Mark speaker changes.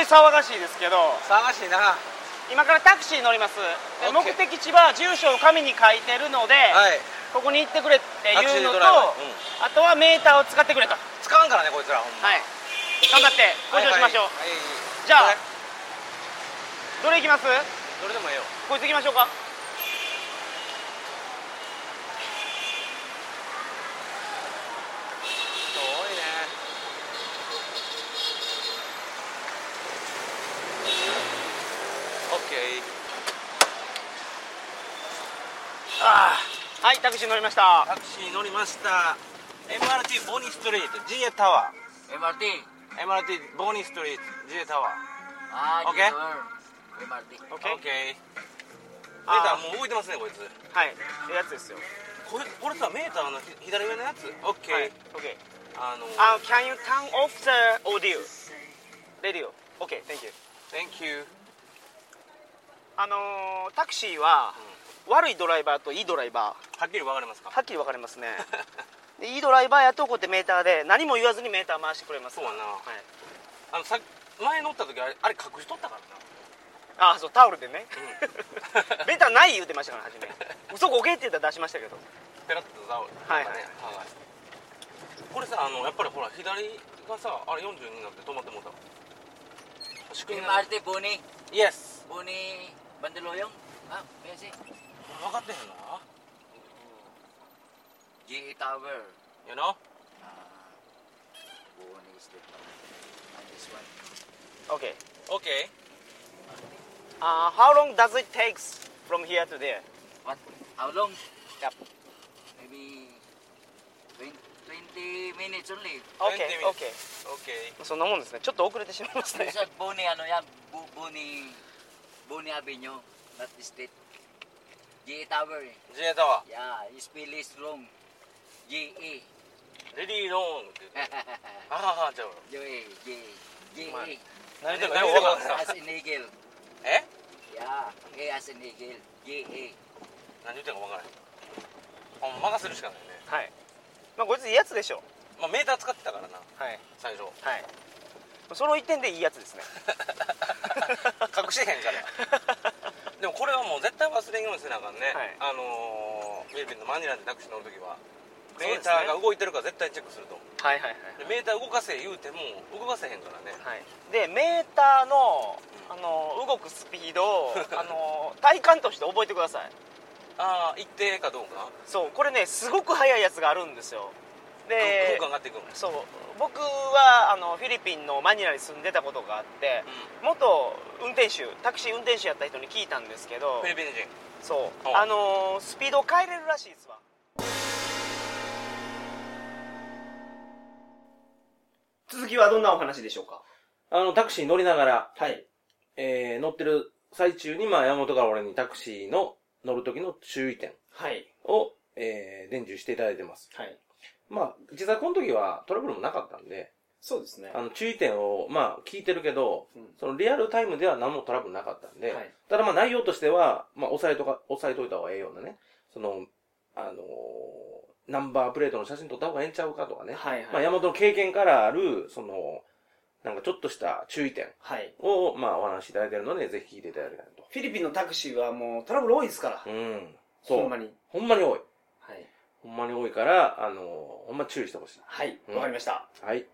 Speaker 1: い騒がしいですけど
Speaker 2: 騒がしいなは
Speaker 1: 今からタクシー乗りますで
Speaker 2: OK
Speaker 1: 目的地は住所を紙に書いてるので、
Speaker 2: い
Speaker 1: ここに行ってくれっていうのと、
Speaker 2: タクシード
Speaker 1: あとは
Speaker 2: ライバーうん
Speaker 1: メーターを使ってくれと、
Speaker 2: 使わんからねこいつらほんま
Speaker 1: はい頑張ってご乗しましょう、
Speaker 2: はいはいはい
Speaker 1: じゃあ
Speaker 2: こ
Speaker 1: どれ
Speaker 2: れ
Speaker 1: 行きます
Speaker 2: どれでもええよ
Speaker 1: こいつ行きましょうか
Speaker 2: 人多いねオッケーあ
Speaker 1: はいタクシー乗りました
Speaker 2: タクシー乗りました MRT ボニーストリート GA タワ
Speaker 3: MRT.
Speaker 2: ー MRT ボニーストリート GA タワー
Speaker 3: Ah,
Speaker 2: Ok.
Speaker 3: okay. MRT.
Speaker 1: OK
Speaker 2: オッケーメー
Speaker 1: あー
Speaker 2: ターもう動いてますねこいつ
Speaker 1: はいええやつですよ
Speaker 2: これこれさメーターのひ左上のやつオッケー、
Speaker 1: はい OK
Speaker 2: あの
Speaker 1: Uh, can you turn off the audio? Radio. Okay, thank you.
Speaker 2: Thank you
Speaker 1: あのータクシーは、悪いドライバーといいドライバー
Speaker 2: はっきり分かりますか
Speaker 1: はっきり分かれますねでいいドライバーやとこうやってメーターで何も言わずにメーター回してくれます
Speaker 2: そうやな
Speaker 1: はい、
Speaker 2: あのさ前乗った時あれあれ隠しとったからな
Speaker 1: ああそうタオルでね、
Speaker 2: うん
Speaker 1: メーターない言うてましたから初め嘘こけって言ったら出しましたけど
Speaker 2: ペラッとザオ
Speaker 1: はい
Speaker 2: なんかねはいこれさあのやっぱりほら左がさあれ42になって止まってもうた仕組みな
Speaker 3: MRT Boni.
Speaker 2: イエス
Speaker 3: Boni Bandeloyong. Ah, yan si.
Speaker 2: 分かってへんの
Speaker 3: GE E Tower.
Speaker 2: You know?
Speaker 3: Ah, Boni is the And this one.
Speaker 1: OK
Speaker 2: Okay
Speaker 1: あ h How long does it take from here to there?
Speaker 3: What? How long?
Speaker 1: Yup.
Speaker 3: Maybe 20, 20 minutes only.
Speaker 1: OK
Speaker 2: Twenty minutes.
Speaker 1: OK
Speaker 2: Okay
Speaker 1: そんなもんですねちょっと遅れてしまいましたね
Speaker 3: This is Boni, ano yan? Bu- Boni, Boni Avenue. Not the street. GE Tower eh.
Speaker 2: 自衛隊は
Speaker 3: Yeah, you spell it wrong. GE.
Speaker 2: レディーローンって言ってあははじゃあ
Speaker 3: Joey, GE. GE.
Speaker 1: 何 言ってるか
Speaker 2: 何
Speaker 1: よ
Speaker 2: 言
Speaker 1: く
Speaker 2: って
Speaker 1: 分
Speaker 2: るか
Speaker 1: か
Speaker 2: 分
Speaker 1: ん
Speaker 2: か
Speaker 1: ない
Speaker 2: らん
Speaker 3: As in eagle.
Speaker 2: Eh?
Speaker 3: Yeah, A as in eagle. GE.
Speaker 2: 何言ってんか分からへんあもう任せるしかないね
Speaker 1: はいまあこいついいやつでしょ
Speaker 2: まあメーター使ってたからな
Speaker 1: はい
Speaker 2: 最 初
Speaker 1: はいその一点でいいやつですね
Speaker 2: 隠してへん からでもこれはもう絶対忘れんようにせなあかんね、
Speaker 1: はい
Speaker 2: あのー、フィリピンのマニラでタクシー乗るときは
Speaker 1: そう
Speaker 2: メ
Speaker 1: で
Speaker 2: ー
Speaker 1: すね
Speaker 2: ターが動いてるか絶対チェックすると
Speaker 1: はいはいはい
Speaker 2: でメーター動かせ言うても動かせへんからね
Speaker 1: はいでメーターのあの動くスピード をあの体感として覚えてください
Speaker 2: ああ一定かどうか
Speaker 1: そうこれねすごく速いやつがあるんですよで
Speaker 2: 空間上がっていくんです
Speaker 1: そう僕はあのフィリピンのマニラに住んでたことがあって、元運転手タクシー運転手やった人に聞いたんですけど
Speaker 2: フィリピン人
Speaker 1: そ
Speaker 2: うん
Speaker 1: うあのースピードを変えれるらしいですわ続きはどんなお話でしょうか
Speaker 2: あのタクシー乗りながら、
Speaker 1: はい
Speaker 2: えー、乗ってる最中に、まあ、山本から俺にタクシーの乗る時の注意点
Speaker 1: はい
Speaker 2: を、えー、伝授していただいてます
Speaker 1: はい
Speaker 2: まあ実際この時はトラブルもなかったんで
Speaker 1: そうですね
Speaker 2: あの注意点を、まあ、聞いてるけど、
Speaker 1: うん
Speaker 2: そのリアルタイムでは何もトラブルなかったんで、
Speaker 1: はい
Speaker 2: ただまあ内容としては、まあ、押さえとか、押さえといた方がええようなね、その、あのーナンバープレートの写真撮った方がええんちゃうかとかね、
Speaker 1: はいはい
Speaker 2: まあ、山本の経験からある、その、なんかちょっとした注意点
Speaker 1: はい
Speaker 2: を、まあ、お話しいただいてるので、ぜひ聞いていただけたら
Speaker 1: フィリピンのタクシーはもうトラブル多いですから
Speaker 2: と。うん。そう。
Speaker 1: ほんまに
Speaker 2: ほんまに多い。
Speaker 1: はい
Speaker 2: ほんまに多いから、あのーほんま注意してほしい。
Speaker 1: はい
Speaker 2: うん
Speaker 1: わかりました
Speaker 2: はい。